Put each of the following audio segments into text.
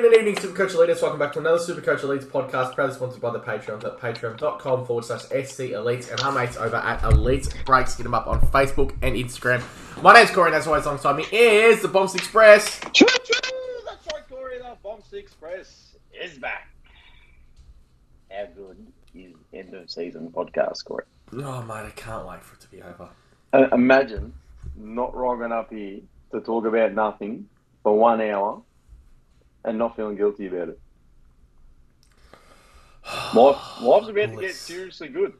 Supercoach Elites, welcome back to another Supercoach Elites podcast, proudly sponsored by the Patreons at patreon.com forward slash SC Elites and our mates over at Elite Breaks. Get them up on Facebook and Instagram. My name's Corey, and as always, alongside me is the Bombs Express. Choo choo! That's right, Corey. The Bombs Express is back. How good is end of season podcast, Corey? Oh, mate, I can't wait for it to be over. Uh, imagine not wrong up here to talk about nothing for one hour and not feeling guilty about it. Life, life's about to get Bliss. seriously good.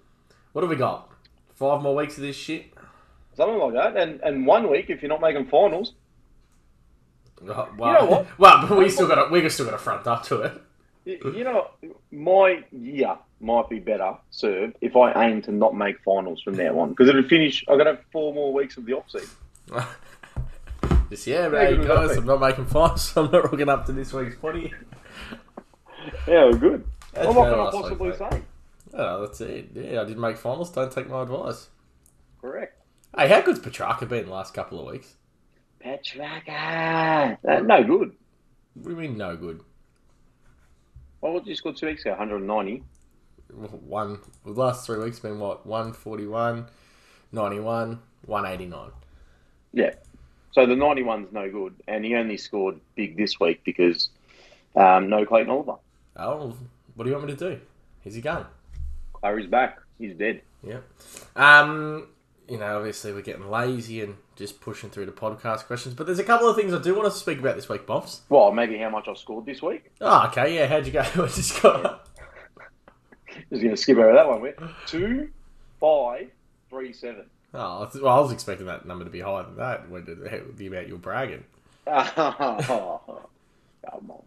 What have we got? Five more weeks of this shit? Something like that. And and one week, if you're not making finals, Oh, Well, know what? well, but we still got we still got to front up to it. y- you know, my year might be better served if I aim to not make finals from now on. Because it'll finish, I've got to have four more weeks of the offseason. Just yeah, Yeah, man, good guys, luck. I'm not making finals. I'm not rocking up to this week's potty. Yeah, we're good. That's what better can I last week, possibly mate. say? Oh, that's it. Yeah, I didn't make finals. Don't take my advice. Correct. Hey, how good's Petrarca been the last couple of weeks? Petraka. Uh, no good. What do you mean no good? Well, what did you score two weeks ago? 190. One the last three weeks been what? 141, 91, 189. Yeah. So the 91's no good, and he only scored big this week because um, no Clayton Oliver. Oh, what do you want me to do? Here's your gun. Clary's back. He's dead. Yeah. Um, you know, obviously we're getting lazy and just pushing through the podcast questions, but there's a couple of things I do want to speak about this week, Bobs. Well, maybe how much I scored this week. Oh, okay, yeah, how'd you go? I just got Just going to skip over that one. We're two, five, three, seven. Oh, well, I was expecting that number to be higher than that when the, the amount you're bragging. Come on.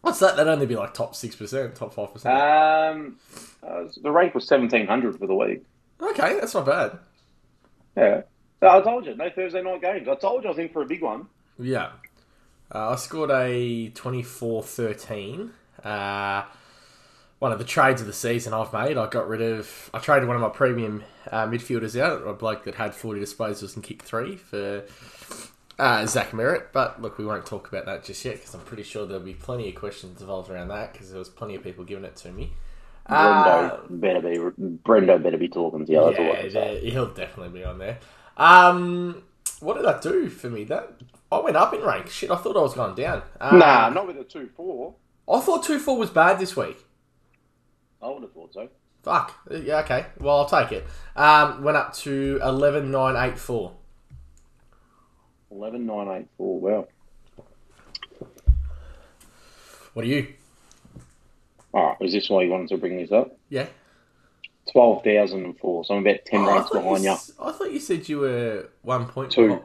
What's that? That'd only be like top 6%, top 5%. Um, uh, the rank was 1700 for the week. okay, that's not bad. Yeah. No, I told you, no Thursday night games. I told you I was in for a big one. Yeah. Uh, I scored a 24 13. Uh, one of the trades of the season I've made. I got rid of. I traded one of my premium uh, midfielders out, a bloke that had 40 disposals and kicked three for uh, Zach Merritt. But look, we won't talk about that just yet because I'm pretty sure there'll be plenty of questions involved around that because there was plenty of people giving it to me. Uh, Brendo better be Brendo better be talking to you. That's all I yeah, can say. yeah, he'll definitely be on there. Um, what did that do for me? That I went up in rank. Shit, I thought I was going down. Um, Nah, not with a two four. I thought two four was bad this week. I would have thought so. Fuck. Yeah. Okay. Well, I'll take it. Um, went up to eleven nine eight four. Eleven nine eight four. Well, What are you? all right. Is this why you wanted to bring this up? Yeah. Twelve thousand and four. So I'm about ten Oh, I ranks thought behind you. you. s- I thought you said you were one point Two. behind.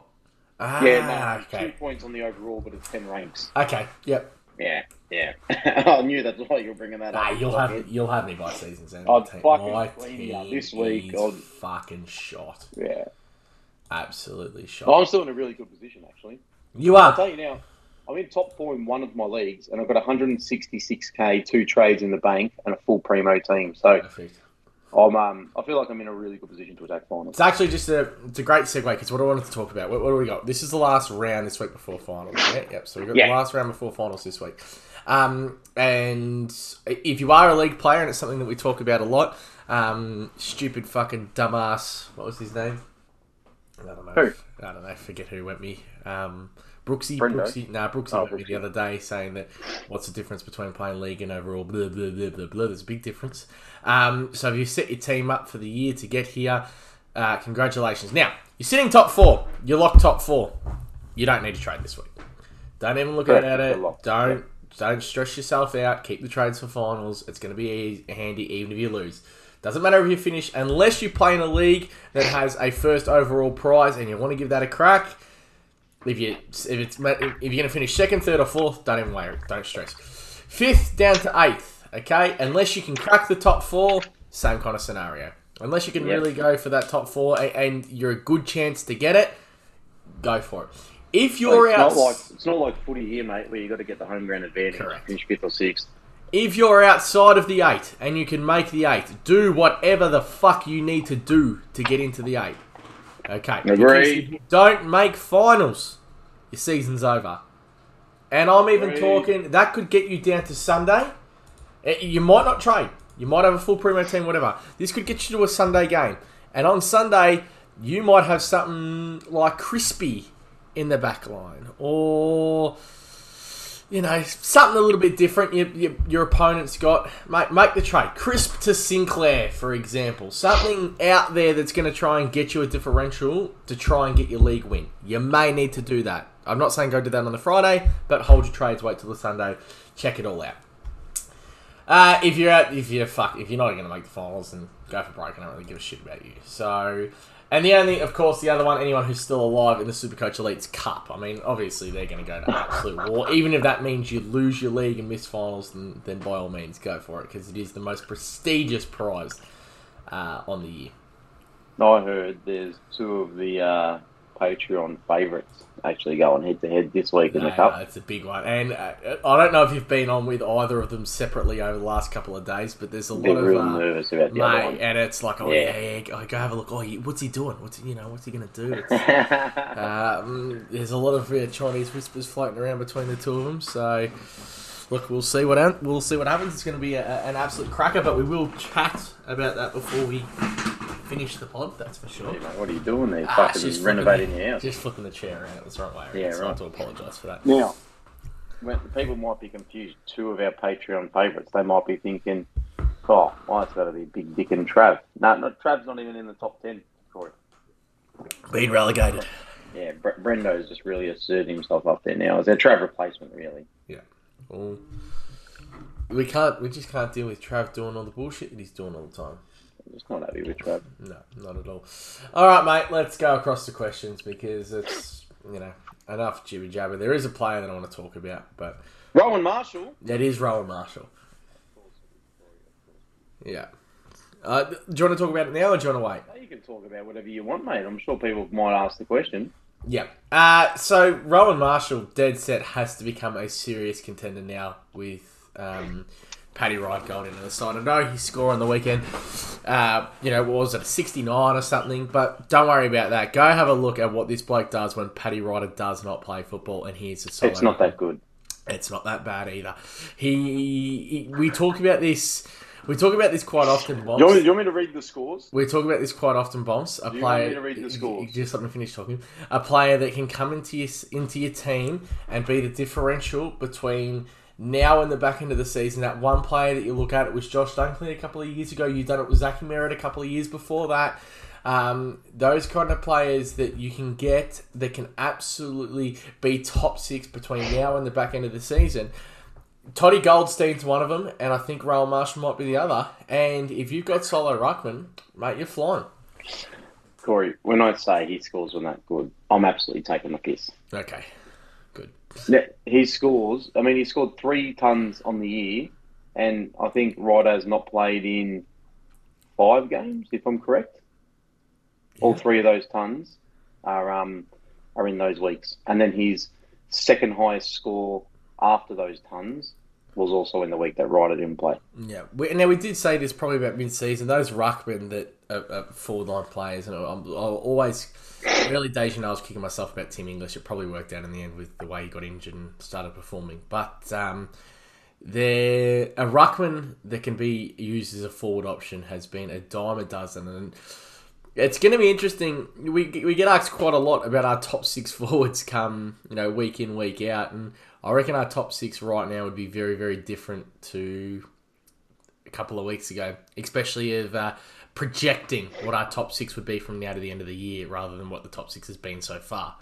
Ah, yeah, no, two okay. points on the overall, but it's ten ranks. Okay. Yep. Yeah, yeah. I knew that's why you were bringing that Nah, up. Ah, you'll have you'll have me by season's end. I'd Take- fucking my clean you up team this week, is I'd- Fucking shot. Yeah. Absolutely shot. Well, I'm still in a really good position actually. You I'll are. tell you now. I'm in top four in one of my leagues, and I've got 166k, two trades in the bank, and a full primo team. So Perfect. I'm, um, I feel like I'm in a really good position to attack finals. It's actually just a it's a great segue because what I wanted to talk about. What, what do we got? This is the last round this week before finals. Yeah, yep. So we have got the Yeah. last round before finals this week. Um, and if you are a league player, and it's something that we talk about a lot, um, stupid fucking dumbass. What was his name? I don't know. Who? I don't know. Forget who went me. Um, Brooksy. Brendo? Brooksy. Nah, Brooksy Oh, went me the other day saying that what's the difference between playing league and overall? Blah blah blah blah blah. There's a big difference. Um, so if you set your team up for the year to get here, uh, congratulations. Now you're sitting top four. You're locked top four. You don't need to trade this week. Don't even look Correct, at it's it. a lot. Don't don't stress yourself out. Keep the trades for finals. It's going to be easy, handy even if you lose. Doesn't matter if you finish, unless you play in a league that has a first overall prize and you want to give that a crack. If you if it's if you're going to finish second, third, or fourth, don't even worry. Don't stress. Fifth down to eighth. Okay, unless you can crack the top four, same kind of scenario. Unless you can Yep. really go for that top four a- and you're a good chance to get it, go for it. If you're it's out, not like it's not like footy here, mate, where you got to get the home ground advantage. Correct. Finish fifth or sixth. If you're outside of the eight and you can make the eight, do whatever the fuck you need to do to get into the eight. Okay. Agreed. Because if you Don't make finals. Your season's over. And I'm even Three. talking that could get you down to Sunday. Eh, You might not trade. You might have a full primo team, whatever. This could get you to a Sunday game, and on Sunday you might have something like crispy in the back line, or you know something a little bit different. Your, your, your opponent's got make make the trade crisp to Sinclair, for example. Something out there that's going to try and get you a differential to try and get your league win. You may need to do that. I'm not saying go do that on the Friday, but hold your trades, wait till the Sunday, check it all out. Uh, if you're out, if you're fuck, if you're not going to make the finals, then go for broke. I don't really give a shit about you. So, and the only, of course, the other one, anyone who's still alive in the Supercoach Elites Cup. I mean, obviously they're going to go to absolute war, even if that means you lose your league and miss finals. Then, then by all means, go for it because it is the most prestigious prize uh, on the year. I heard there's two of the uh, Patreon favourites actually going head to head this week in the No, cup. no, Uh, it's a big one, and uh, I don't know if you've been on with either of them separately over the last couple of days, but there's a Be lot of. real uh, nervous about the other Mate, one. and it's like, oh yeah, Yeah. yeah, go- go have a look. Oh, he- what's he doing? What's he- you know, what's he gonna do? It's, yeah, um, there's a lot of uh, Chinese whispers floating around between the two of them. So, look, we'll see what hap- we'll see what happens. It's gonna be a, a- an absolute cracker, but we will chat about that before we finish the pod. That's for sure. mate, what are you doing there? Ah, it's Fucking flipping renovating the- your house. Just flipping the chair around. It was the wrong way. Around, Yeah, so I have right. to apologise for that. Now, when people might be confused. Two of our Patreon favourites, they might be thinking, "Oh, well, it's got to be Big Dick and Trav." No, no, Trav's not even in the top ten. Corey. Being relegated. Yeah, Bre- Brendo's just really asserting himself up there now. Is their Trav replacement really? Well, we can't. We just can't deal with Trav doing all the bullshit that he's doing all the time. I'm just not happy with Trav. No, not at all. All right, mate. Let's go across the questions because it's you know enough jibber jabber. There is a player that I want to talk about, but Rowan Marshall. that is Rowan Marshall. Yeah. Uh, do you want to talk about it now or do you want to wait? You can talk about whatever you want, mate. I'm sure people might ask the question. Yeah. Uh, so Rowan Marshall, dead set, has to become a serious contender now with um, Paddy Wright going into the side. I know he scored on the weekend. Uh, you know, what was it, a 69 or something? But don't worry about that. Go have a look at what this bloke does when Paddy Ryder does not play football and he is a solid. It's not that good. It's not that bad either. He, he- we talk about this. We talk about this quite often. Bob. You want, me- you want me to read the scores? We talk about this quite often, Bombs. A Do you player, want me to read the y- scores? y- Just let me finish talking. A player that can come into your s- into your team and be the differential between now and the back end of the season. That one player that you look at, it was Josh Dunkley a couple of years ago. You done it with Zaki Merritt a couple of years before that. Um, those kind of players that you can get that can absolutely be top six between now and the back end of the season. Toddy Goldstein's one of them, and I think Rail Marshall might be the other. And if you've got Solo Ruckman, mate, you're flying. Corey, when I say his scores were not good, I'm absolutely taking the piss. Okay, good. Yeah, he scores. I mean, he scored three tons on the year, and I think Ryder's not played in five games, if I'm correct. All three of those tons are um, are in those weeks, and then his second highest score after those tons was also in the week that Ryder didn't play. Yeah, we, and now we did say this probably about mid-season. Those ruckmen that are, are forward line players, and I'm, I'll always early days, you know, I was kicking myself about Tim English. It probably worked out in the end with the way he got injured and started performing. But um, there, a ruckman that can be used as a forward option has been a dime a dozen, and it's going to be interesting. We, we get asked quite a lot about our top six forwards come, you know, week in, week out. And I reckon our top six right now would be very, very different to a couple of weeks ago, especially of uh, projecting what our top six would be from now to the end of the year rather than what the top six has been so far.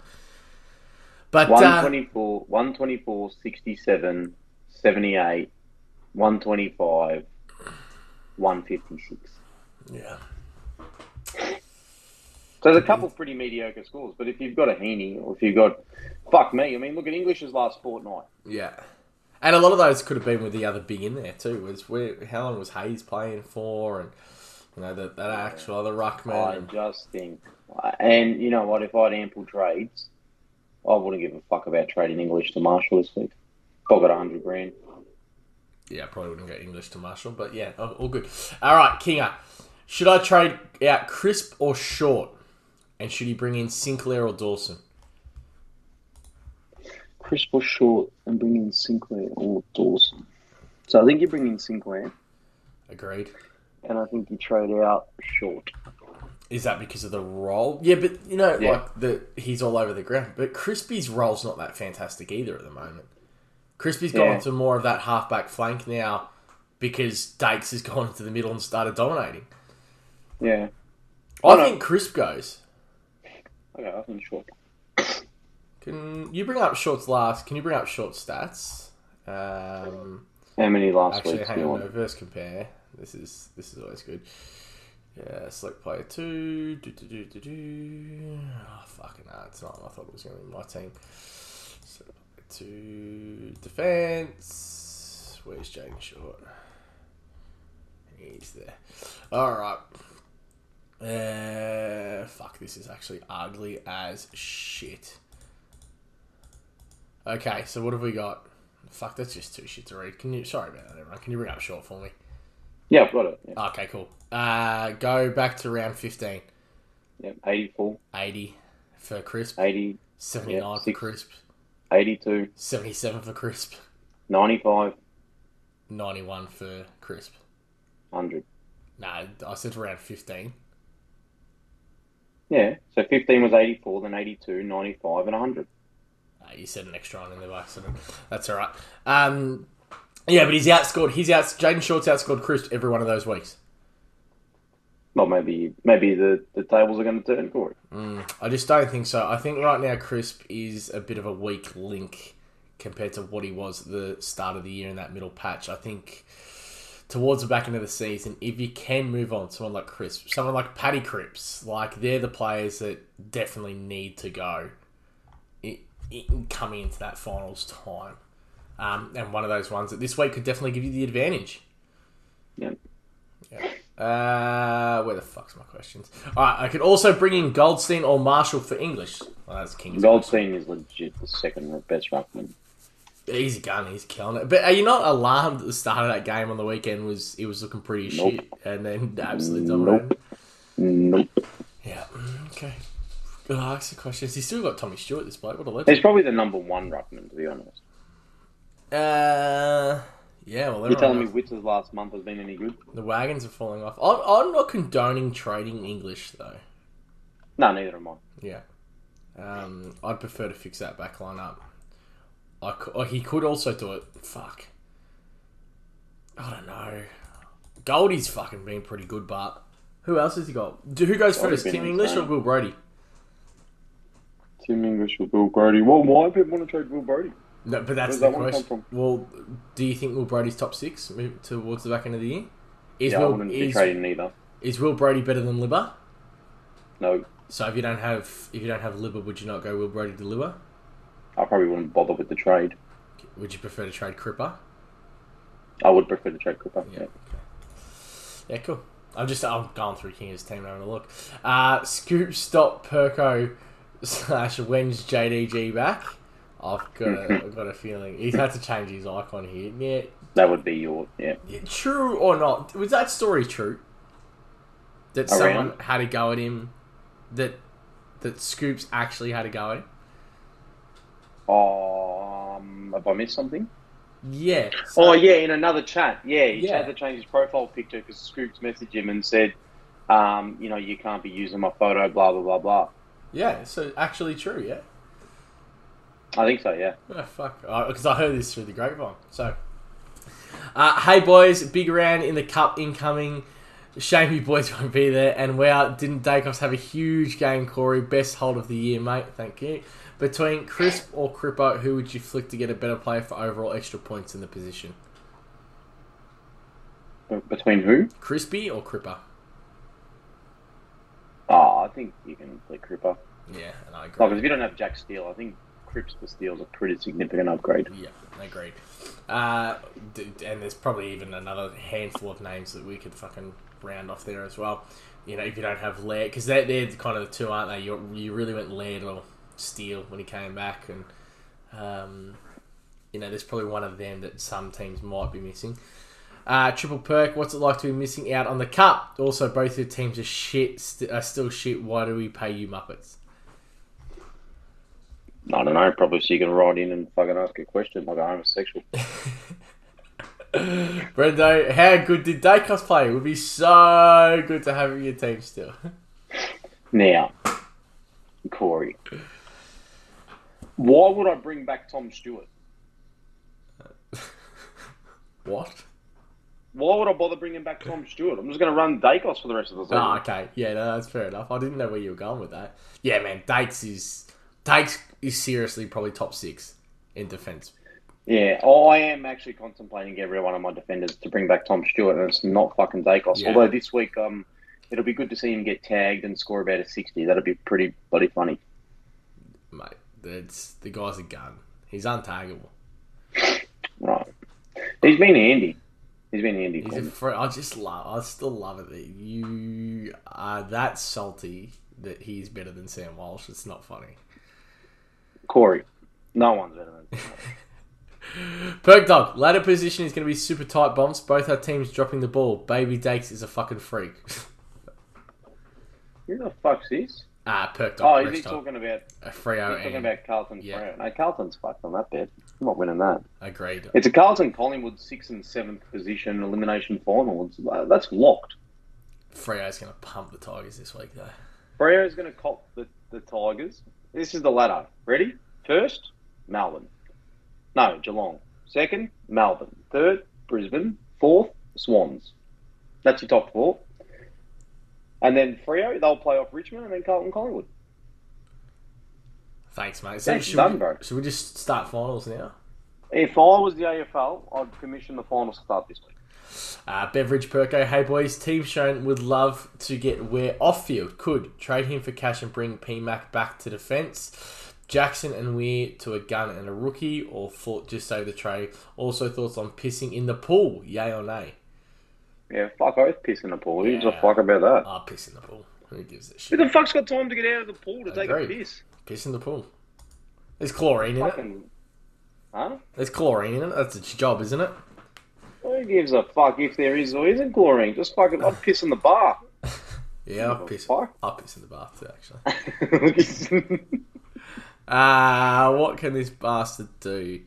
But uh, 124, 124, 67, 78, 125, 156. yeah, So there's a couple pretty mediocre scores, but if you've got a Heaney or if you've got, fuck me, I mean, look at English's last fortnight. yeah, and a lot of those could have been with the other big in there too. Was where how long was Hayes playing for, and you know that that actual other ruckman. I and- just think, and you know what? If I had ample trades, I wouldn't give a fuck about trading English to Marshall this week. I got a hundred grand. Yeah, I probably wouldn't go English to Marshall, but yeah, all all good. All right, Kinga. Should I trade out Crisp or Short? And should he bring in Sinclair or Dawson? Chris Bush short and bring in Sinclair or Dawson. So I think you bring in Sinclair, Agreed. and I think you trade out short. Is that because of the role? Yeah, but you know, Yeah. like the he's all over the ground. But Crispy's role's not that fantastic either at the moment. Crispy's gone Yeah. to more of that halfback flank now because Dakes has gone into the middle and started dominating. Yeah. I I know. think Crisp goes. Okay, I think short. Can you bring up Short's last? Can you bring up Short stats? Um, How many last actually, week? Do hang you on. want? No, verse compare. This is this is always good. Yeah, select player two. Do do do do do. Oh fucking nah, it's not. I thought it was gonna be my team. Select player two. Defense. Where's Jaden Short? He's there. All right. Uh, fuck, this is actually ugly as shit. Okay, so what have we got? Fuck, that's just too shit to read. Can you? Sorry about that, everyone. Can you bring up short for me? Yeah, I've got it. Yeah, Okay, cool. Uh, go back to round 15. yeah. 84, 80 for Crisp, 80, 79 yeah, for six. Crisp, 82, 77 for Crisp, 95, 91 for Crisp. 100. Nah, I said round 15. Yeah, so 15 was 84, then 82, 95, and 100. Uh, you said an extra on in there by accident. That's all right. Um, yeah, but he's outscored. He's out. Jaden Short's outscored Crisp every one of those weeks. Well, maybe maybe the, the tables are going to turn, Corey. Mm. I just don't think so. I think right now Crisp is a bit of a weak link compared to what he was at the start of the year in that middle patch. I think towards the back end of the season, if you can move on, someone like Crisp, someone like Paddy Cripps, like they're the players that definitely need to go i- i- coming into that finals time. Um, and one of those ones that this week could definitely give you the advantage. Yeah. Uh, where the fuck's my questions? All right, I could also bring in Goldstein or Marshall for English. Well, that's King's Goldstein is legit the second best ruckman. He's a gun. He's killing it. But are you not alarmed at the start of that game on the weekend? Was it was looking pretty Nope. shit, and then absolutely Nope. dominated. Nope. Yeah. Okay. Good ask the questions. He's still got Tommy Stewart. This bloke. What a legend. He's probably the number one ruckman, to be honest. Uh. Yeah. Well, You're everyone telling me else- Witz's last month has been any good? the wagons are falling off. I'm, I'm not condoning trading English though. No, neither am I. Yeah. Um, I'd prefer to fix that back line up. I cou- oh, he could also do it. Fuck. I don't know. Goldie's fucking been pretty good, but who else has he got? Do, who goes Goldie's first, been Tim English or insane. Will Brody? Tim English with Will Brody. Well, why people want to trade Will Brody? No, but that's does the that one come question. Well, do you think Will Brody's top six move towards the back end of the year? Is Yeah, I Will wouldn't be is, trading either. is Will Brody better than Libba? No, So if you don't have if you don't have Libba, would you not go Will Brody to Libba? I probably wouldn't bother with the trade. Would you prefer to trade Cripper? I would prefer to trade Cooper. Yeah. Yeah, cool. I'm just I'm going through King's team and having a look. Uh, Scoop stop Perko slash when's JDG back? I've got a, I've got a feeling he's had to change his icon here. Yeah, That would be your yeah. yeah, true or not? Was that story true? That Around? someone had a go at him. That that Scoops actually had a go at him. Um, have I missed something? Yeah. Oh yeah, in another chat. Yeah, he Yeah. had to change his profile picture because Scoops messaged him and said, um, you know, you can't be using my photo. Blah blah blah blah. Yeah. So actually true. Yeah. I think so. Yeah. Oh, fuck. Because I heard this through the grapevine. So, uh, hey, boys, big round in the cup incoming. Shame you boys won't be there. And wow, didn't Dacos have a huge game, Corey? Best hold of the year, mate. Thank you. Between Crisp or Cripper, who would you flick to get a better player for overall extra points in the position? B- Between who? Crispy or Cripper? Oh, I think you can play Cripper. Yeah, and I agree. Like, if you don't have Jack Steele, I think Crips to Steele's a pretty significant upgrade. Yeah, agreed. Uh, d- and there's probably even another handful of names that we could fucking round off there as well. You know, if you don't have Laird, because they're, they're kind of the two, aren't they? You, you really went Laird or Steele when he came back, and um, you know, there's probably one of them that some teams might be missing. Uh, triple perk, what's it like to be missing out on the cup? Also, both your teams are shit, st- are still shit. Why do we pay you muppets? I don't know. Probably so you can write in and fucking ask a question like a homosexual. Brendo, how good did Dacos play? It would be so good to have him in your team still. Now, Corey, why would I bring back Tom Stewart? What? Why would I bother bringing back Tom Stewart? I'm just going to run Dacos for the rest of the season. Oh, okay. Yeah, no, that's fair enough. I didn't know where you were going with that. Yeah, man, Dakes is Dakes is seriously probably top six in defense. Yeah, oh, I am actually contemplating every one of my defenders to bring back Tom Stewart, and it's not fucking Dacos. Yeah. Although this week, um, it'll be good to see him get tagged and score about a 60. That'll be pretty bloody funny. Mate, that's the guy's a gun. He's untargetable. Right. He's been handy. He's been handy. He's for a me. fr- I just love. I still love it that you are that salty that he's better than Sam Walsh. It's not funny. Corey, no one's better than him. Perk dog. Ladder position is going to be super tight bumps. Both our teams dropping the ball. Baby Dakes is a fucking freak. Who the fuck's this? ah, perk Oh, dog. is he rest up. talking about a Freo talking and about Carlton? Oh, Yeah. Freo? No, Carlton's fucked on that bed. I'm not winning that. agreed. It's a Carlton Collingwood sixth and seventh position elimination final. It's, uh, that's locked. Freo's going to pump the Tigers this week though. Freo's going to cop the, the Tigers. This is the ladder. Ready? First, Melbourne. No, Geelong. Second, Melbourne. Third, Brisbane. Fourth, Swans. That's your top four. And then Freo, they'll play off Richmond and then Carlton Collingwood. Thanks, mate. So That's should, done, we, bro. should we just start finals now? If I was the AFL, I'd commission the final start this week. Uh, Beverage Perko, hey boys, team shown would love to get Ware off field. Could trade him for cash and bring PMAC back to defence. Jackson and Weir to a gun and a rookie, or thought just save the trade. Also thoughts on pissing in the pool, yay or nay? Yeah, fuck oath piss in the pool. Who gives a Yeah. fuck about that? Ah, piss in the pool. Who gives a Who shit? the fuck's got time to get out of the pool to take a Agreed. piss? Piss in the pool. There's chlorine in it. Fucking. Huh? There's chlorine in it. That's its job, isn't it? Who gives a fuck if there is or isn't chlorine? Just fucking, I'd piss in the bar. Yeah, I'll piss, Fuck. I'll piss in the bath too, actually. Fucking Ah, what can this bastard do?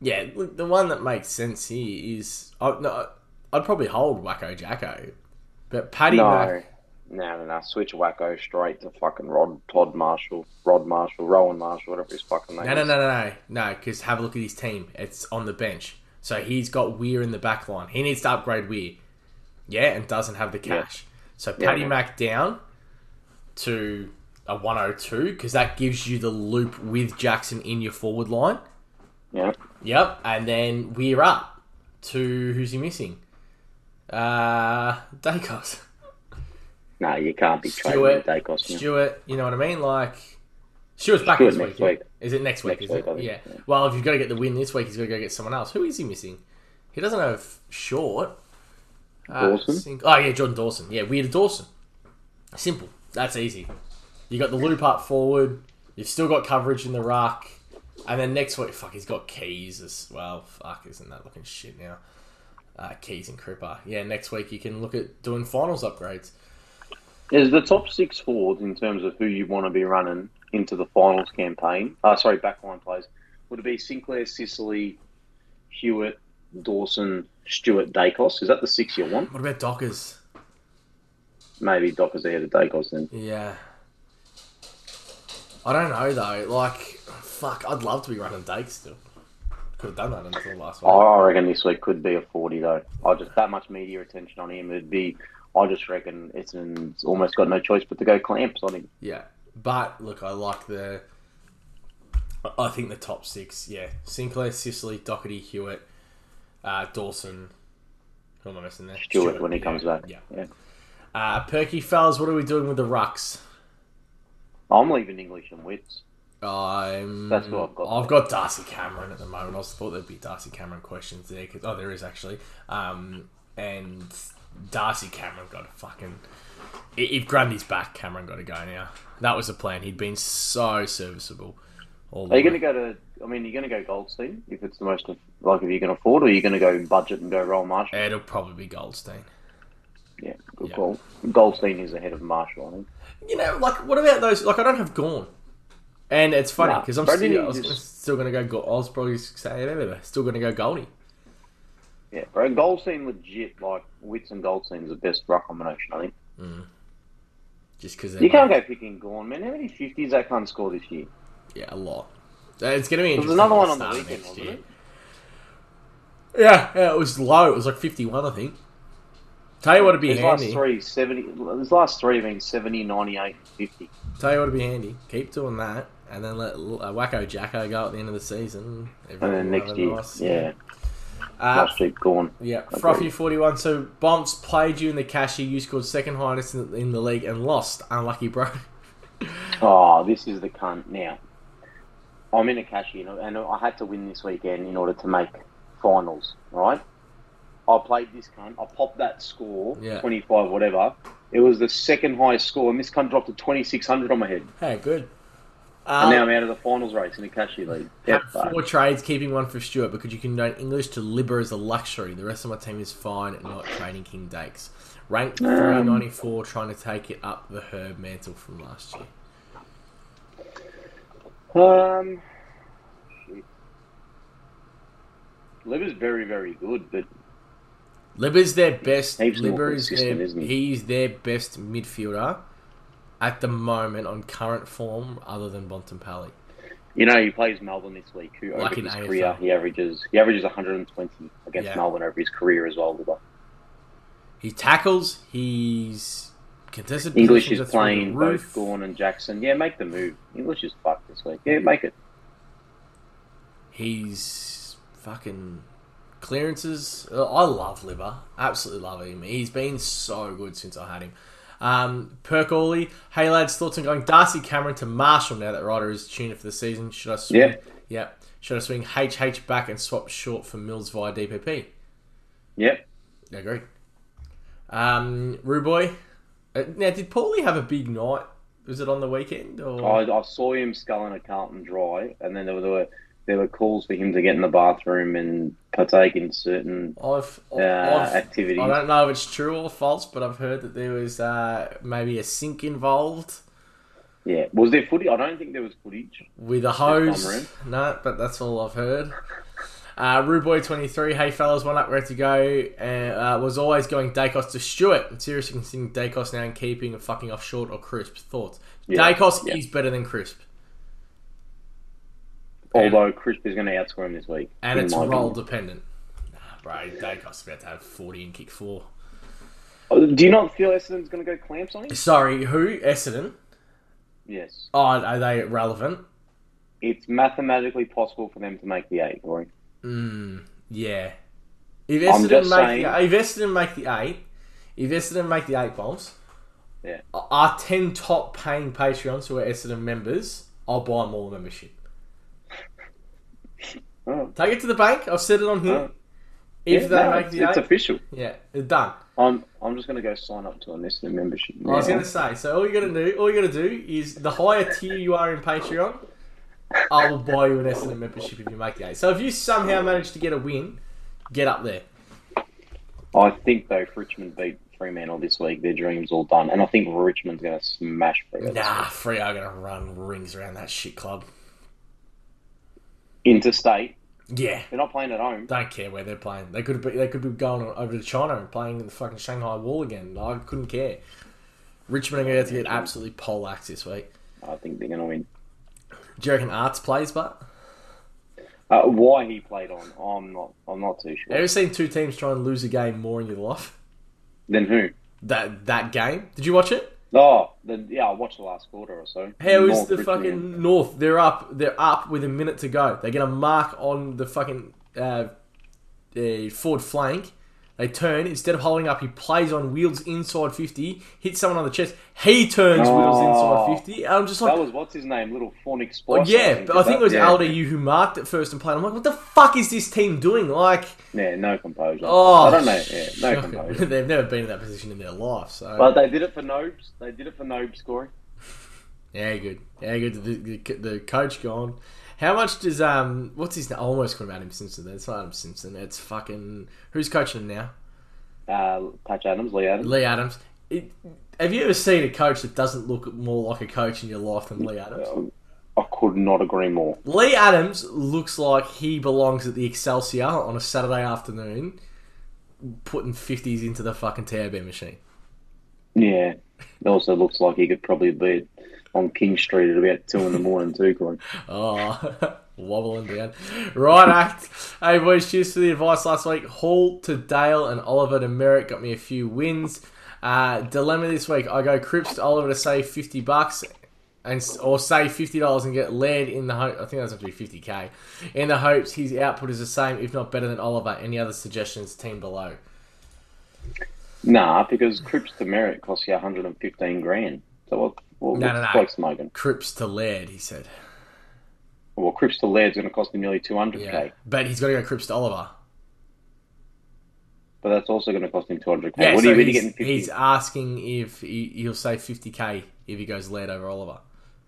Yeah, look, the one that makes sense here is I, no, I'd probably hold Wacko Jacko, but Paddy No. Mac, No, no, no. Switch wacko straight to fucking Rod, Todd Marshall, Rod Marshall, Rowan Marshall, whatever his fucking name no, no, is. no, no, no, because have a look at his team. It's on the bench, so he's got Weir in the back line. He needs to upgrade Weir, yeah, and doesn't have the Yeah. cash. So Yeah, Paddy yeah. Mac down to a 102 because that gives you the loop with Jackson in your forward line. Yeah. Yep, and then we're up to who's he missing? Uh Dacos. No, you can't be trading Stewart. Dacos. now. Stewart, you know what I mean? Like Stewart's back Stewart this next week. yeah? week. Is it next week, Next is week, I it? think, Yeah. yeah. Well, if you've got to get the win this week, he's got to go get someone else. Who is he missing? He doesn't have short. Uh, Dawson? sing- oh yeah, Jordan Dawson. Yeah, weird Dawson. Simple. That's easy. You got the loop up forward. You've still got coverage in the ruck. And then next week, fuck, he's got keys as well. Fuck, isn't that looking shit now? Uh, keys and Cripper. Yeah, next week you can look at doing finals upgrades. Is the top six forwards in terms of who you want to be running into the finals campaign? Uh, sorry, backline plays. Would it be Sinclair, Sicily, Hewitt, Dawson, Stewart, Dacos? Is that the six you want? What about Dockers? Maybe Dockers ahead of Dacos then. Yeah. I don't know though. Like, fuck, I'd love to be running Dake still. Could have done that until last week. Oh, I reckon this week could be a forty though. I just that much media attention on him. It'd be. I just reckon Essendon's almost got no choice but to go clamps on him. Yeah, but look, I like the. I think the top six. Yeah, Sinclair, Sicily, Doherty, Hewitt, uh, Dawson. Who am I missing there? Stewart, when he yeah, comes back. Yeah. Uh, Perky fellas, what are we doing with the rucks? I'm leaving English and Wits. I'm. That's what I've got. I've got Darcy Cameron at the moment. I was- thought there'd be Darcy Cameron questions there. 'cause- oh, there is actually. Um, and Darcy Cameron got a fucking. i- If Grundy's back, Cameron got to go now. That was the plan. He'd been so serviceable. All Are you the going to go to? I mean, are you going to go Goldstein if it's the most like if you can afford, or are you going to go budget and go roll Marshall? It'll probably be Goldstein. Yeah, good Yeah. call. Goldstein is ahead of Marshall, I think. You know, like what about those? Like I don't have Gorn. And it's funny Nah, because I'm bro, still, didn't I was he gonna- just- still going to go. Go- I was probably saying still going to go Goldie. Yeah, bro. Goldstein legit like Wits and Goldstein's the best ruck combination. I think Just because you can't go picking Gorn, man. How many fifties that can't score this year? Yeah, a lot. Uh, It's going to be There was interesting. another at one on the start of weekend, next wasn't year. it? Yeah, yeah, it was low. It was like 51, I think. Tell you what would be His last handy. three, 70, his last three have been 70, 98, 50. Tell you what would be handy. Keep doing that, and then let L- uh, Wacko Jacko go at the end of the season. And then Everyone will next have a year, Oh, nice- yeah, Uh, last year gone. yeah, Agreed. Frothy forty one. So Bomps played you in the cashier. You scored second highest in, in the league and lost. Unlucky, bro. Oh, this is the cunt now. I'm in a cash in, and I had to win this weekend in order to make finals, right? I played this cunt. I popped that score, Yeah. 25, whatever. It was the second highest score, and this cunt dropped to 2,600 on my head. Hey, good. And now Um, I'm out of the finals race in the cash in league. Yeah, had four trades, keeping one for Stuart because you can note English to Libra is a luxury. The rest of my team is fine, not trading King Dakes. Ranked 394, trying to take it up the Herb mantle from last year. fuck. Um, shit. Liver's very, very good, but Libra's their best. Heaps more Libra is their, consistent, isn't he? he's their best midfielder at the moment on current form, other than Bontempelli. You know, he plays Melbourne this week. Who Like over in his AFL. career, he averages he averages 120 against Yeah. Melbourne over his career as well. But He tackles. He's contested. English positions is are through the playing both roof. Gorn and Jackson. Yeah, make the move. English is fucked this week. Yeah, make it. He's fucking clearances. Uh, I love Liver. Absolutely love him. He's been so good since I had him. Um, Perk Orley. Hey lads, thoughts on going Darcy Cameron to Marshall now that Ryder is tuned in for the season? Should I swing? Yeah. Yeah. Should I swing HH back and swap short for Mills via DPP? Yep. I agree. Um, Ruboy. Uh, now, did Paulie have a big night? Was it on the weekend? Or I, I saw him sculling a Carlton dry, and then there were, there were there were calls for him to get in the bathroom and partake in certain. I've, Uh, I've, activities. I don't know if it's true or false, but I've heard that there was uh, maybe a sink involved Yeah, was there footage? I don't think there was footage. with a Some hose. No, but that's all I've heard. Uh, Ruboy23, hey fellas, one upgrade to go. Uh, uh, was always going Dacos to Stewart. I'm seriously considering Dacos now and keeping and fucking off short or crisp. Thoughts? Yeah, Dacos yeah. is better than crisp. Although Crisp is going to outscore him this week, And in it's my opinion. role dependent. Nah, bro, Dacos is about to have 40 and kick four. Oh, Do you not feel Essendon's going to go clamps on him? Sorry, who? Essendon? Yes. Oh, are they relevant? it's mathematically possible for them to make the eight, Rory. Yeah. If I'm Essendon, just make saying- the, if Essendon make the eight, if Essendon make the eight bombs, Yeah. our ten top paying Patreons who are Essendon members, I'll buy more membership. Oh, Take it to the bank. I've said it on here. Oh. if yeah, they no, make it's, the it's eight, official. yeah, it's done. I'm I'm just going to go sign up to a Nestle membership. I was now. going to say. So all you got to do, all you got to do is the higher tier you are in Patreon, I will buy you an Essendon membership if you make the eight. So if you somehow manage to get a win, get up there. I think though, if Richmond beat Fremantle this week, their dream's all done, and I think Richmond's going to smash Fremantle Nah, free are going to run rings around that shit club. interstate. Yeah. They're not playing at home. don't care where they're playing. They could be they could be going over to China and playing in the fucking Shanghai Wall again. I couldn't care. Richmond are going to get absolutely poleaxed this week. I think they're going to win. Do you reckon Arts plays? But Uh, why he played on, I'm not. I'm not too sure. ever seen two teams try and lose a game more in your life? Then who? That that game? Did you watch it? Oh, the, yeah, I watched the last quarter or so. How is North the Richmond. fucking North? They're up. They're up with a minute to go. They get a mark on the fucking uh, uh, forward flank. They turn instead of holding up. He plays on Wheels inside fifty. Hits someone on the chest. He turns Oh. Wheels inside fifty. And I'm just like, That was what's his name, little Fornic Oh, Spice. yeah, but I did think it was that. Alder you who marked it first and played. I'm like, what the fuck is this team doing? Like, Yeah, no composure. oh, I don't know. Yeah, no shocking. composure. They've never been in that position in their life. So But they did it for Nobes. They did it for Nobes scoring. yeah, good. Yeah, good. The, the, the coach gone. How much does um? What's his name? I almost called him Adam Simpson. That's not Adam Simpson. It's fucking who's coaching him now? Uh, Patch Adams, Lee Adams. Lee Adams. It, have you ever seen a coach that doesn't look more like a coach in your life than Lee Adams? Um, I could not agree more. Lee Adams looks like he belongs at the Excelsior on a Saturday afternoon, putting fifties into the fucking tower bear machine. Yeah. It also looks like he could probably be on King Street at about two in the morning too, Greg. Oh, wobbling down. Right, act. Hey, boys, cheers for the advice last week. Hall to Dale and Oliver to Merrick got me a few wins. Uh, dilemma this week: I go Crips to Oliver to save fifty bucks, and s- or save fifty dollars and get Laird in the hope. I think that's up to be fifty k, in the hopes his output is the same, if not better than Oliver. Any other suggestions? Team below. Nah, because Crips to Merrick costs you 115 grand. So what? what No, no, no, no. like smoking. Crips to Laird, he said. Well, Crips to Laird's going to cost him nearly 200k, Yeah, but he's got to go Crips to Oliver. but that's also going to cost him 200k. Yeah, what so are you really he's, getting? 50? he's asking if he, he'll save 50k if he goes lead over Oliver.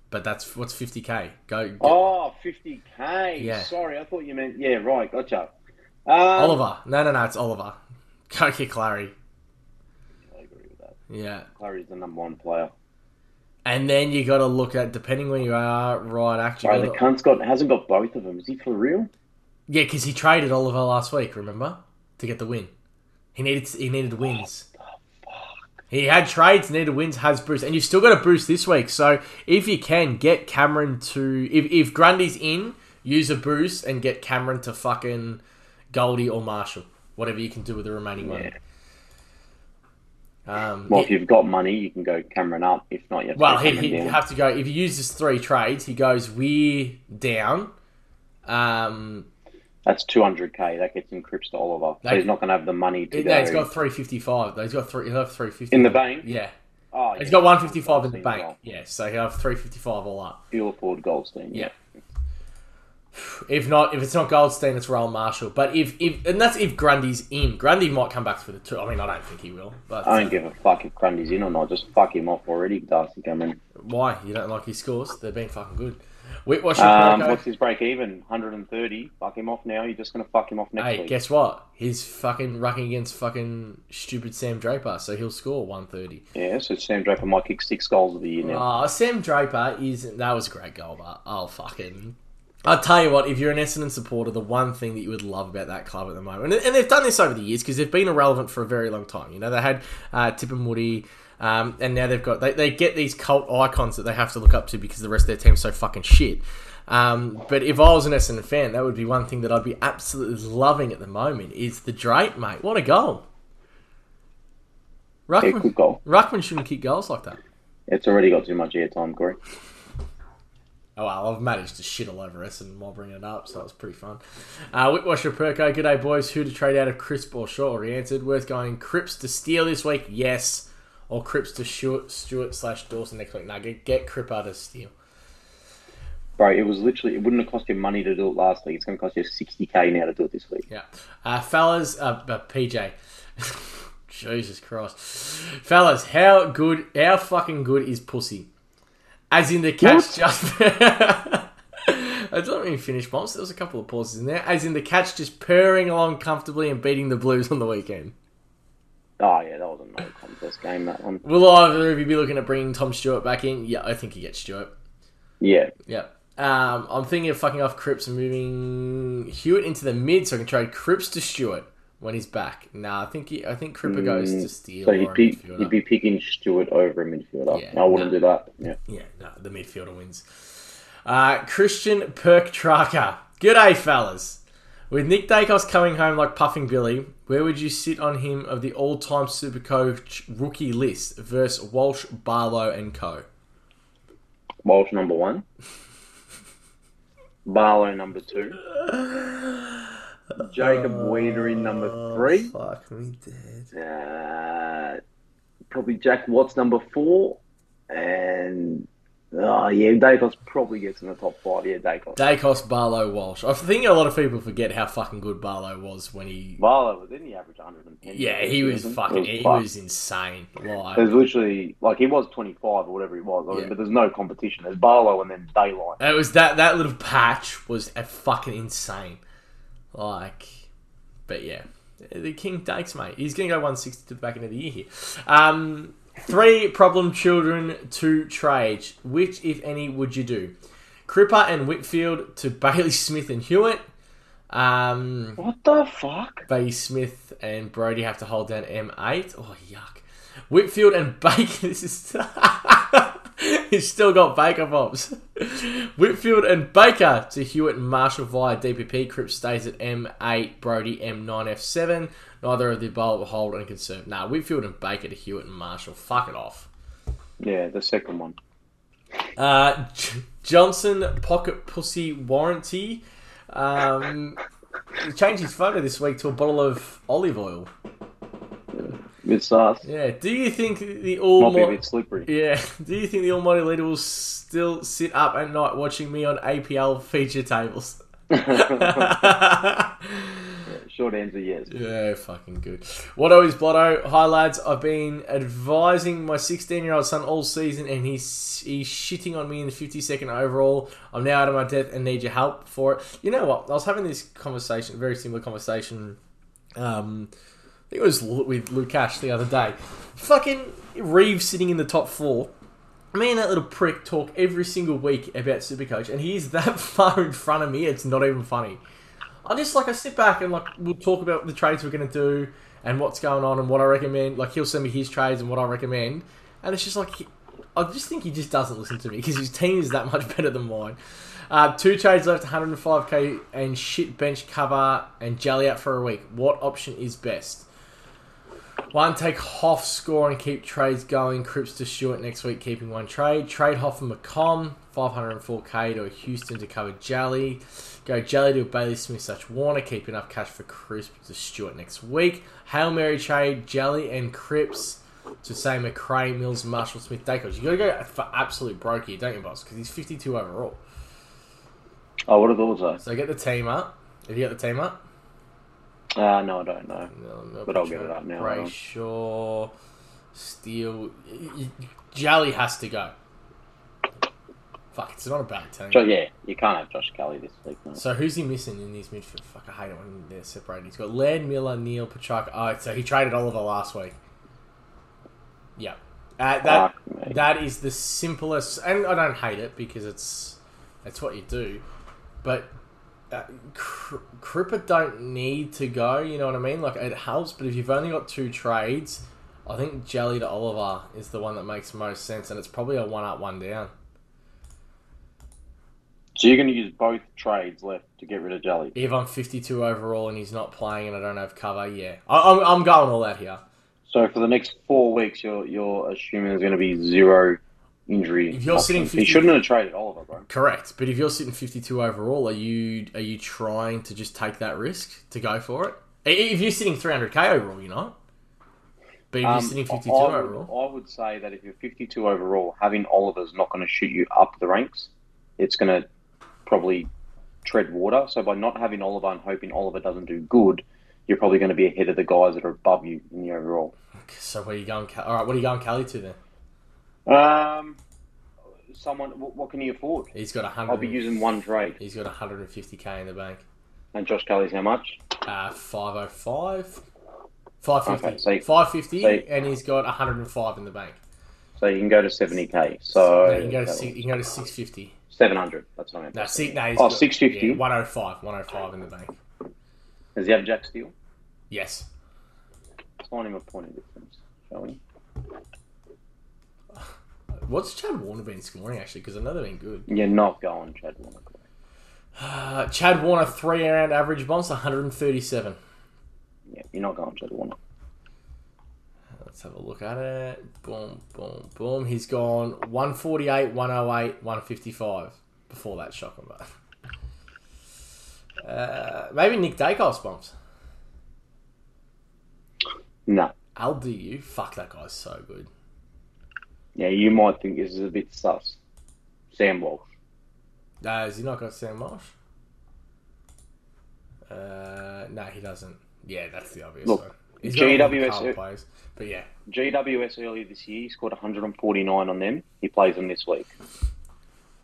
But that's what's 50k. Go get Oh, 50k. Yeah. Sorry, I thought you meant. Yeah, right. Gotcha. Um, Oliver. No, no, no, it's Oliver. Go get Clary. I agree with that. Yeah. Clary's the number one player. And then you got to look at depending where you are, right? Bro, Actually, the cunt's got hasn't got both of them. Is he for real? yeah, because he traded Oliver last week. Remember to get the win. He needed he needed wins. He had trades, needed wins, has Bruce, and you've still got a Bruce this week. So if you can get Cameron to, if if Grundy's in, use a Bruce and get Cameron to fucking Goldie or Marshall, whatever you can do with the remaining money. Um, Well, yeah. if you've got money, you can go Cameron up. If not, you have to Well, go he'd, Cameron he'd down. have to go if he uses three trades. He goes Weir down. Um, That's 200k. That gets him Crips to Oliver. So That- he's not going to have the money to go. no, he's got three fifty five. He's got three. He'll have three fifty In the bank? Yeah, oh, he's yeah. got one fifty five in the Goldstein as bank. Yeah, so he'll have three fifty five all up. well. He'll afford Goldstein. Yeah. If not, if it's not Goldstein, it's Raul Marshall. But if if and that's if Grundy's in. Grundy might come back for the two. I mean, I don't think he will. But I don't give a fuck if Grundy's in or not. Just fuck him off already, Darcy Cameron. why you don't like his scores? They've been fucking good. Whitwash Um, and what's Porco. his break even? 130. Fuck him off now. You're just going to fuck him off next Hey, week. guess what? He's fucking rucking against fucking stupid Sam Draper, so he'll score one thirty. Yeah, so Sam Draper might kick six goals of the year now. Ah, Sam Draper is that was a great goal, but I'll fucking. I'll tell you what, if you're an Essendon supporter, the one thing that you would love about that club at the moment, and, and they've done this over the years because they've been irrelevant for a very long time. You know, they had uh, Tip and Woody, um, and now they've got they, they get these cult icons that they have to look up to because the rest of their team's so fucking shit. Um, but if I was an Essendon fan, that would be one thing that I'd be absolutely loving at the moment is the Drake, mate. What a goal! yeah, Ruckman, good goal. Ruckman shouldn't kick goals like that. It's already got too much airtime, Corey. Oh well, I've managed to shit all over Essendon while bringing it up, so that was pretty fun. Uh, Whitwasher Perko, good day, boys. Who to trade out of Crisp or Shaw? Already answered. Worth going Crips to Steele this week? Yes. Or Crips to Stewart, Stewart slash Dawson next week? No, get, get Crip out of Steele. Bro, it was literally, it wouldn't have cost you money to do it last week. It's going to cost you 60k now to do it this week. Yeah. Uh, fellas, uh, uh, PJ. Jesus Christ. Fellas, how good, how fucking good is pussy? As in the catch just. Don't let me finish, Bombs. There was a couple of pauses in there. As in the catch just purring along comfortably and beating the Blues on the weekend. Oh, yeah, that was a no contest game, that one. Will either of you be looking at bringing Tom Stewart back in? Yeah, I think he gets Stewart. Yeah. Yeah. Um, I'm thinking of fucking off Cripps and moving Hewitt into the mid so I can trade Cripps to Stewart when he's back. Nah, I think he, I think Cripper goes to steal Mm, So or he'd a be, midfielder. he'd be picking Stewart over a midfielder. Yeah, I wouldn't no. do that. Yeah. Yeah, no, the midfielder wins. Uh, Christian Perk Tracker. G'day, fellas. With Nick Dacos coming home like Puffing Billy, where would you sit on him of the all time Supercoach rookie list versus Walsh, Barlow, and co? Walsh number one. Barlow number two. Jacob Weiner in number three. Fuck me dead. Uh, probably Jack Watts number four. And oh yeah, Dacos probably gets in the top five. Yeah, Dacos. Dacos, Barlow, Walsh. I think a lot of people forget how fucking good Barlow was when he. Barlow was in the average 110. Yeah, he was It fucking. He fucked. was insane. Like, There's literally like he was 25 or whatever he was, I mean, Yeah. but there's no competition. There's Barlow and then Daylight. it was that that little patch was a fucking insane. Like, but yeah, the king takes mate. He's gonna go 160 to the back end of the year here. Um, three problem children to trade. Which, if any, would you do? Cripper and Whitfield to Bailey Smith and Hewitt. Um, What the fuck? Bailey Smith and Brody have to hold down M8. Oh, yuck. Whitfield and Baker. This is. He's still got Baker bobs. Whitfield and Baker to Hewitt and Marshall via DPP. Cripps stays at M8, Brody M9, F7. Neither of the above hold and conserve. Nah, Whitfield and Baker to Hewitt and Marshall. Fuck it off. Yeah, the second one. Uh, J- Johnson pocket pussy warranty. Um, he changed his photo this week to a bottle of olive oil. It's us. Yeah. Do you think the Might be a all bit slippery. yeah? Do you think the almighty leader will still sit up at night watching me on APL feature tables? Short answer, yes. Yeah, fucking good. What always blotto? Hi lads, I've been advising my 16 year old son all season, and he's he's shitting on me in the 52nd overall. I'm now out of my depth and need your help for it. You know what? I was having this conversation, very similar conversation. Um, I think it was Lu- with Lukash the other day. Fucking Reeves sitting in the top four. Me and that little prick talk every single week about Supercoach, and he's that far in front of me. It's not even funny. I just like I sit back and like we'll talk about the trades we're gonna do and what's going on and what I recommend. Like he'll send me his trades and what I recommend, and it's just like he, I just think he just doesn't listen to me because his team is that much better than mine. Uh, two trades left, 105k and shit bench cover and jelly out for a week. What option is best? One, take Hoff score and keep trades going. Cripps to Stewart next week, keeping one trade. Trade Hoff and McCom, 504k to a Houston to cover Jally. Go Jally to a Bailey Smith, such Warner, keep enough cash for Cripps to Stewart next week. Hail Mary trade, Jally and Cripps to say McRae, Mills, Marshall, Smith, Dacos. you got to go for absolute broke here, don't you, boss? Because he's 52 overall. I would have thought So get the team up. Have you got the team up? so. Uh, no, I don't know. No, no, But I'll get it up now, hold on. Brayshaw, Steele. y- y- Jally has to go. Fuck, it's not a bad team. So, yeah, you can't have Josh Kelly this week. No. So who's he missing in these midfield? Fuck, I hate it when they're separated. He's got Laird, Miller, Neil, Petrarca. Oh, so he traded Oliver last week. Yeah. Uh, that Fuck me. that is the simplest, and I don't hate it because it's that's what you do. But uh, Cri- Cripper don't need to go. You know what I mean? Like it helps, but if you've only got two trades, I think Jelly to Oliver is the one that makes most sense, and it's probably a one up, one down. So you're going to use both trades left to get rid of Jelly. If I'm 52 overall and he's not playing and I don't have cover, yeah, I, I'm, I'm going all out here. So for the next four weeks, you're you're assuming there's going to be zero injury. If you're sitting options. 50 he shouldn't have traded Oliver, bro. Correct, but if you're sitting 52 overall, are you are you trying to just take that risk to go for it? I- If you're sitting 300k overall, you're not. But if you're Um, sitting 52 I, I overall, Would, I would say that if you're 52 overall, having Oliver's not going to shoot you up the ranks. It's going to probably tread water. So by not having Oliver and hoping Oliver doesn't do good, you're probably going to be ahead of the guys that are above you in the overall. so where are you going? Cal- All right, what are you going Cali to then? Um, someone, what, what can he afford? He's got 100. I'll be using one trade. He's got 150k in the bank. And Josh Kelly's how much? Uh, 505, 550, Okay, so you- 550, so you- and he's got 105 in the bank. So you can go to 70k. So No, you can go to six, you can go to 650. 700. That's what I meant. No, six, no, he's Oh, got- 650? yeah, 105, 105 in the bank. Does he have Jack Steele? Yes. Find him a point of difference, shall we? What's Chad Warner been scoring actually? Because I know they've been good. You're not going, Chad Warnock. Uh, Chad Warner three round average bombs 137. Yeah, you're not going, Chad Warnock. Let's have a look at it. Boom, boom, boom. He's gone 148, 108, 155 before that shock and buff. Uh, maybe Nick Dacos bombs. No. LDU. Fuck, that guy's so good. Yeah, you might think this is a bit sus. Sam Walsh. Uh, has he not got Sam Marsh? Uh, no, he doesn't. Yeah, that's the obvious Look, one. He's got all the GWS Carlton players. But yeah, GWS earlier this year, he scored 149 on them. He plays them this week.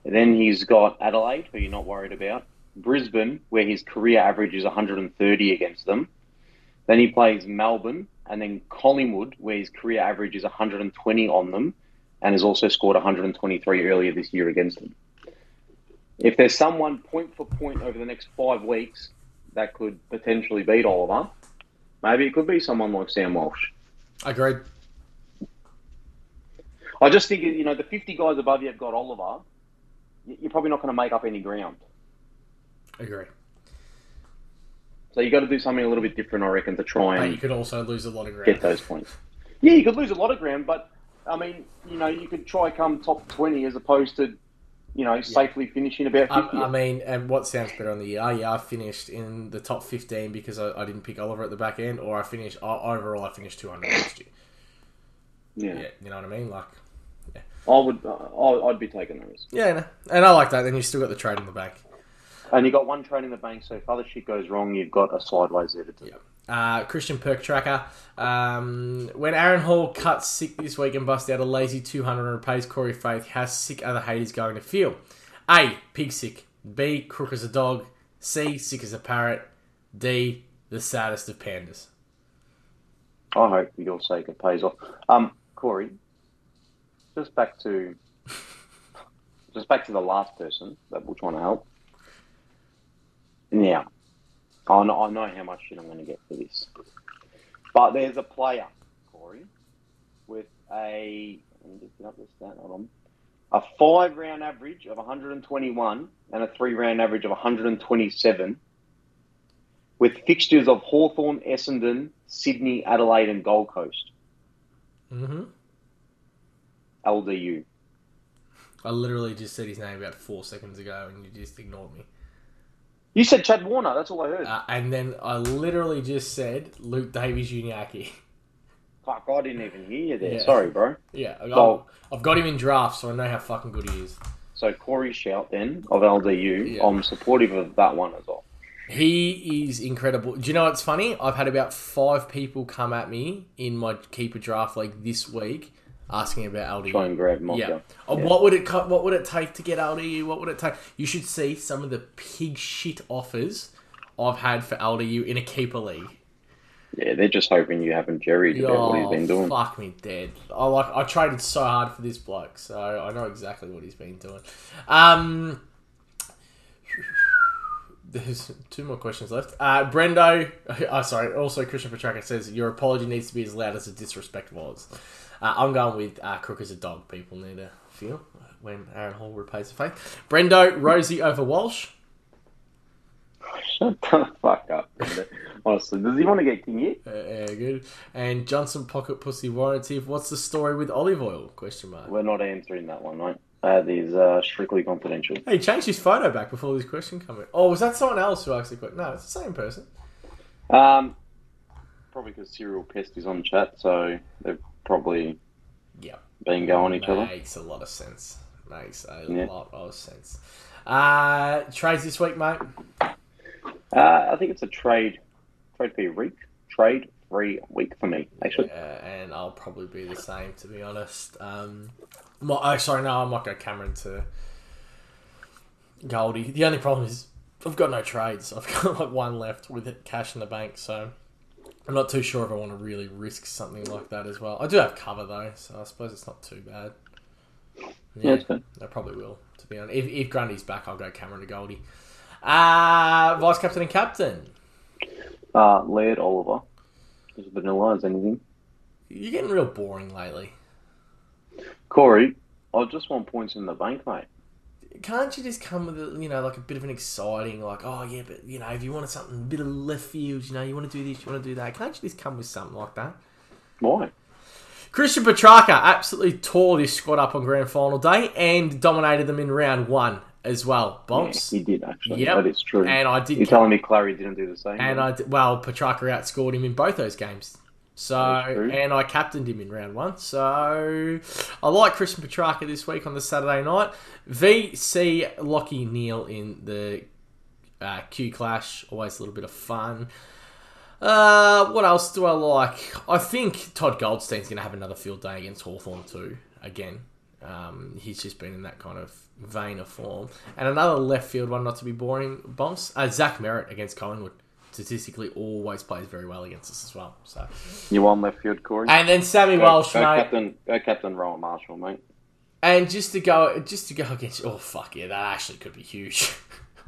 And then he's got Adelaide, who you're not worried about. Brisbane, where his career average is 130 against them. Then he plays Melbourne, and then Collingwood, where his career average is 120 on them, and has also scored 123 earlier this year against them. If there's someone point for point over the next five weeks that could potentially beat Oliver, maybe it could be someone like Sam Walsh. Agreed. I just think you know the 50 guys above you have got Oliver. y- You're probably not going to make up any ground, Agree. so you got to do something a little bit different, I reckon, to try But and you could also lose a lot of ground. get those points. Yeah, you could lose a lot of ground, but I mean, you know, you could try come top 20 as opposed to, you know, safely finishing about 50. I, Um, I mean, and what sounds better on the year? Oh, yeah, I finished in the top 15 because I, I didn't pick Oliver at the back end, or I finished, o- overall, I finished 200 last year. yeah. Yeah, you know what I mean? Like, I would, I, I'd be taking the risk. yeah, no. and I like that. Then you still got the trade in the bank. And you got one trade in the bank, so if other shit goes wrong, you've got a sideways editor. Yeah. Uh, Christian Perk Tracker. Um, when Aaron Hall cuts sick this week and busts out a lazy 200 and repays Corey Faith, how sick are the haters going to feel? A. Pig sick. B. Crook as a dog. C. Sick as a parrot. D. The saddest of pandas. I hope for your sake it pays off. Um, Corey, just back to, just back to the last person that we're trying to help. Now, I know, I know how much shit I'm going to get for this, but there's a player, Corey, with a let me just get up this stat. Hold on. A five round average of 121 and a three round average of 127 with fixtures of Hawthorn, Essendon, Sydney, Adelaide, and Gold Coast. hmm LDU. I literally just said his name about four seconds ago and you just ignored me. You said Chad Warner. That's all I heard. Uh, and then I literally just said Luke Davies Uniaki. Fuck, I didn't even hear you there. Yeah. Sorry, bro. yeah, I- Well- I've got him in draft, so I know how fucking good he is. So Corey Shout then of LDU. Yeah. I'm supportive of that one as well. He is incredible. Do you know what's funny? I've had about five people come at me in my keeper draft like this week asking about Try LDU. and grab Mocker. Yeah. Oh, Yeah. What would it co- what would it take to get LDU? What would it take? You should see some of the pig shit offers I've had for LDU in a keeper league. Yeah, they're just hoping you haven't jerried about what he's been doing. "Oh, Fuck me dead. I like I traded so hard for this bloke, so I know exactly what he's been doing. Um There's two more questions left. Uh, Brendo, oh, sorry, also Christian Petraka says your apology needs to be as loud as the disrespect was. Uh, I'm going with uh, Crook as a dog. People need to feel when Aaron Hall repays the faith. Brendo, Rosie over Walsh. Shut the fuck up. Honestly, does he want to get King here? Uh, yeah, good. And Johnson Pocket Pussy Warranty. What's the story with olive oil? Question mark. We're not answering that one, mate. That is uh, strictly confidential. Hey, he changed his photo back before this question came in. Oh, was that someone else who asked the question? No, it's the same person. Um, probably because Serial Pest is on chat, so they've probably Yeah. been going each other. Makes a lot of sense. Makes a Yeah. lot of sense. Uh, trades this week, mate. Uh, I think it's a trade, trade free week, trade free week for me. Actually, Uh, and I'll probably be the same, to be honest. Um, my, oh, sorry, no, I might go Cameron to Goldie. The only problem is I've got no trades. I've got like one left with cash in the bank, so I'm not too sure if I want to really risk something like that as well. I do have cover though, so I suppose it's not too bad. yeah, it's good. I probably will, to be honest. If, if Grundy's back, I'll go Cameron to Goldie. Uh, Vice captain and captain. Uh, Laird Oliver, as vanilla as anything. You're getting real boring lately. Corey, I just want points in the bank, mate. Can't you just come with a, you know like a bit of an exciting like oh yeah but you know if you wanted something a bit of left field you know you want to do this you want to do that can't you just come with something like that? Why? Christian Petrarca absolutely tore this squad up on grand final day and dominated them in round one as well. Bumps. Yeah, he did actually. Yep. That is true. and I did You're telling me Clary didn't do the same? And I d- well, Petrarca outscored him in both those games. So That's true. and I captained him in round one. So I like Christian Petrarca this week on the Saturday night. VC Lockie Neal in the uh, Q Clash. Always a little bit of fun. Uh, what else do I like? I think Todd Goldstein's going to have another field day against Hawthorn too. Again, um, he's just been in that kind of vein of form. And another left field one, not to be boring, bumps. Uh, Zach Merritt against Collingwood. Statistically, always plays very well against us as well. So, you won left field, Corey. and then Sammy Go, Welsh, go mate. captain, go captain Rowan Marshall, mate. And just to go, just to go against, oh fuck yeah, that actually could be huge.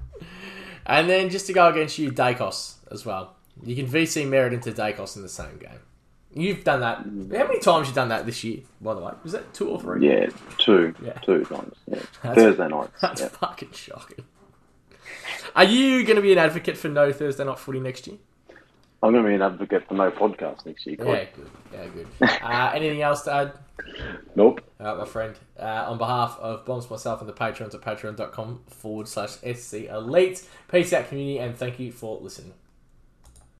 and then just to go against you, Dacos as well. You can VC Merritt into Dacos in the same game. You've done that. How many times you done that this year? By the way, was that two or three? Yeah, two, Yeah. two nights. Yeah. That's- Thursday nights. That's yeah. fucking shocking. Are you going to be an advocate for no Thursday night footy next year? I'm going to be an advocate for no podcast next year. Yeah, Cool. good. Yeah, good. Uh, anything else to add? Nope. Uh, my friend, uh, on behalf of Bombs, myself, and the patrons at patreon.com forward slash SC Elite, peace out, community, and thank you for listening.